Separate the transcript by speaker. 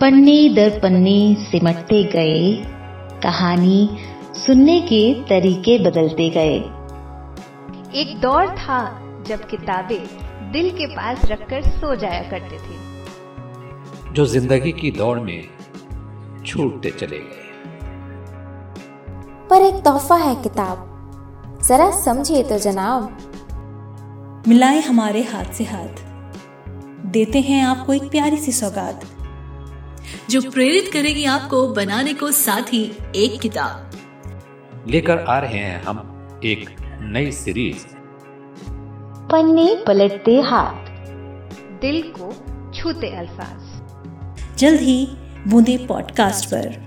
Speaker 1: पन्ने दर पन्ने सिमटते गए कहानी सुनने के तरीके बदलते गए
Speaker 2: एक दौर था जब किताबें दिल के पास रखकर सो जाया करते थे
Speaker 3: जो जिंदगी की दौड़ में छूटते चले गए
Speaker 4: पर एक तोहफा है किताब जरा समझिए तो जनाब
Speaker 5: मिलाए हमारे हाथ से हाथ देते हैं आपको एक प्यारी सी सौगात
Speaker 6: जो प्रेरित करेगी आपको बनाने को साथ ही एक किताब
Speaker 3: लेकर आ रहे हैं हम एक नई सीरीज
Speaker 1: पन्ने पलटते हाथ
Speaker 2: दिल को छूते अल्फाज
Speaker 5: जल्द ही बूंदे पॉडकास्ट पर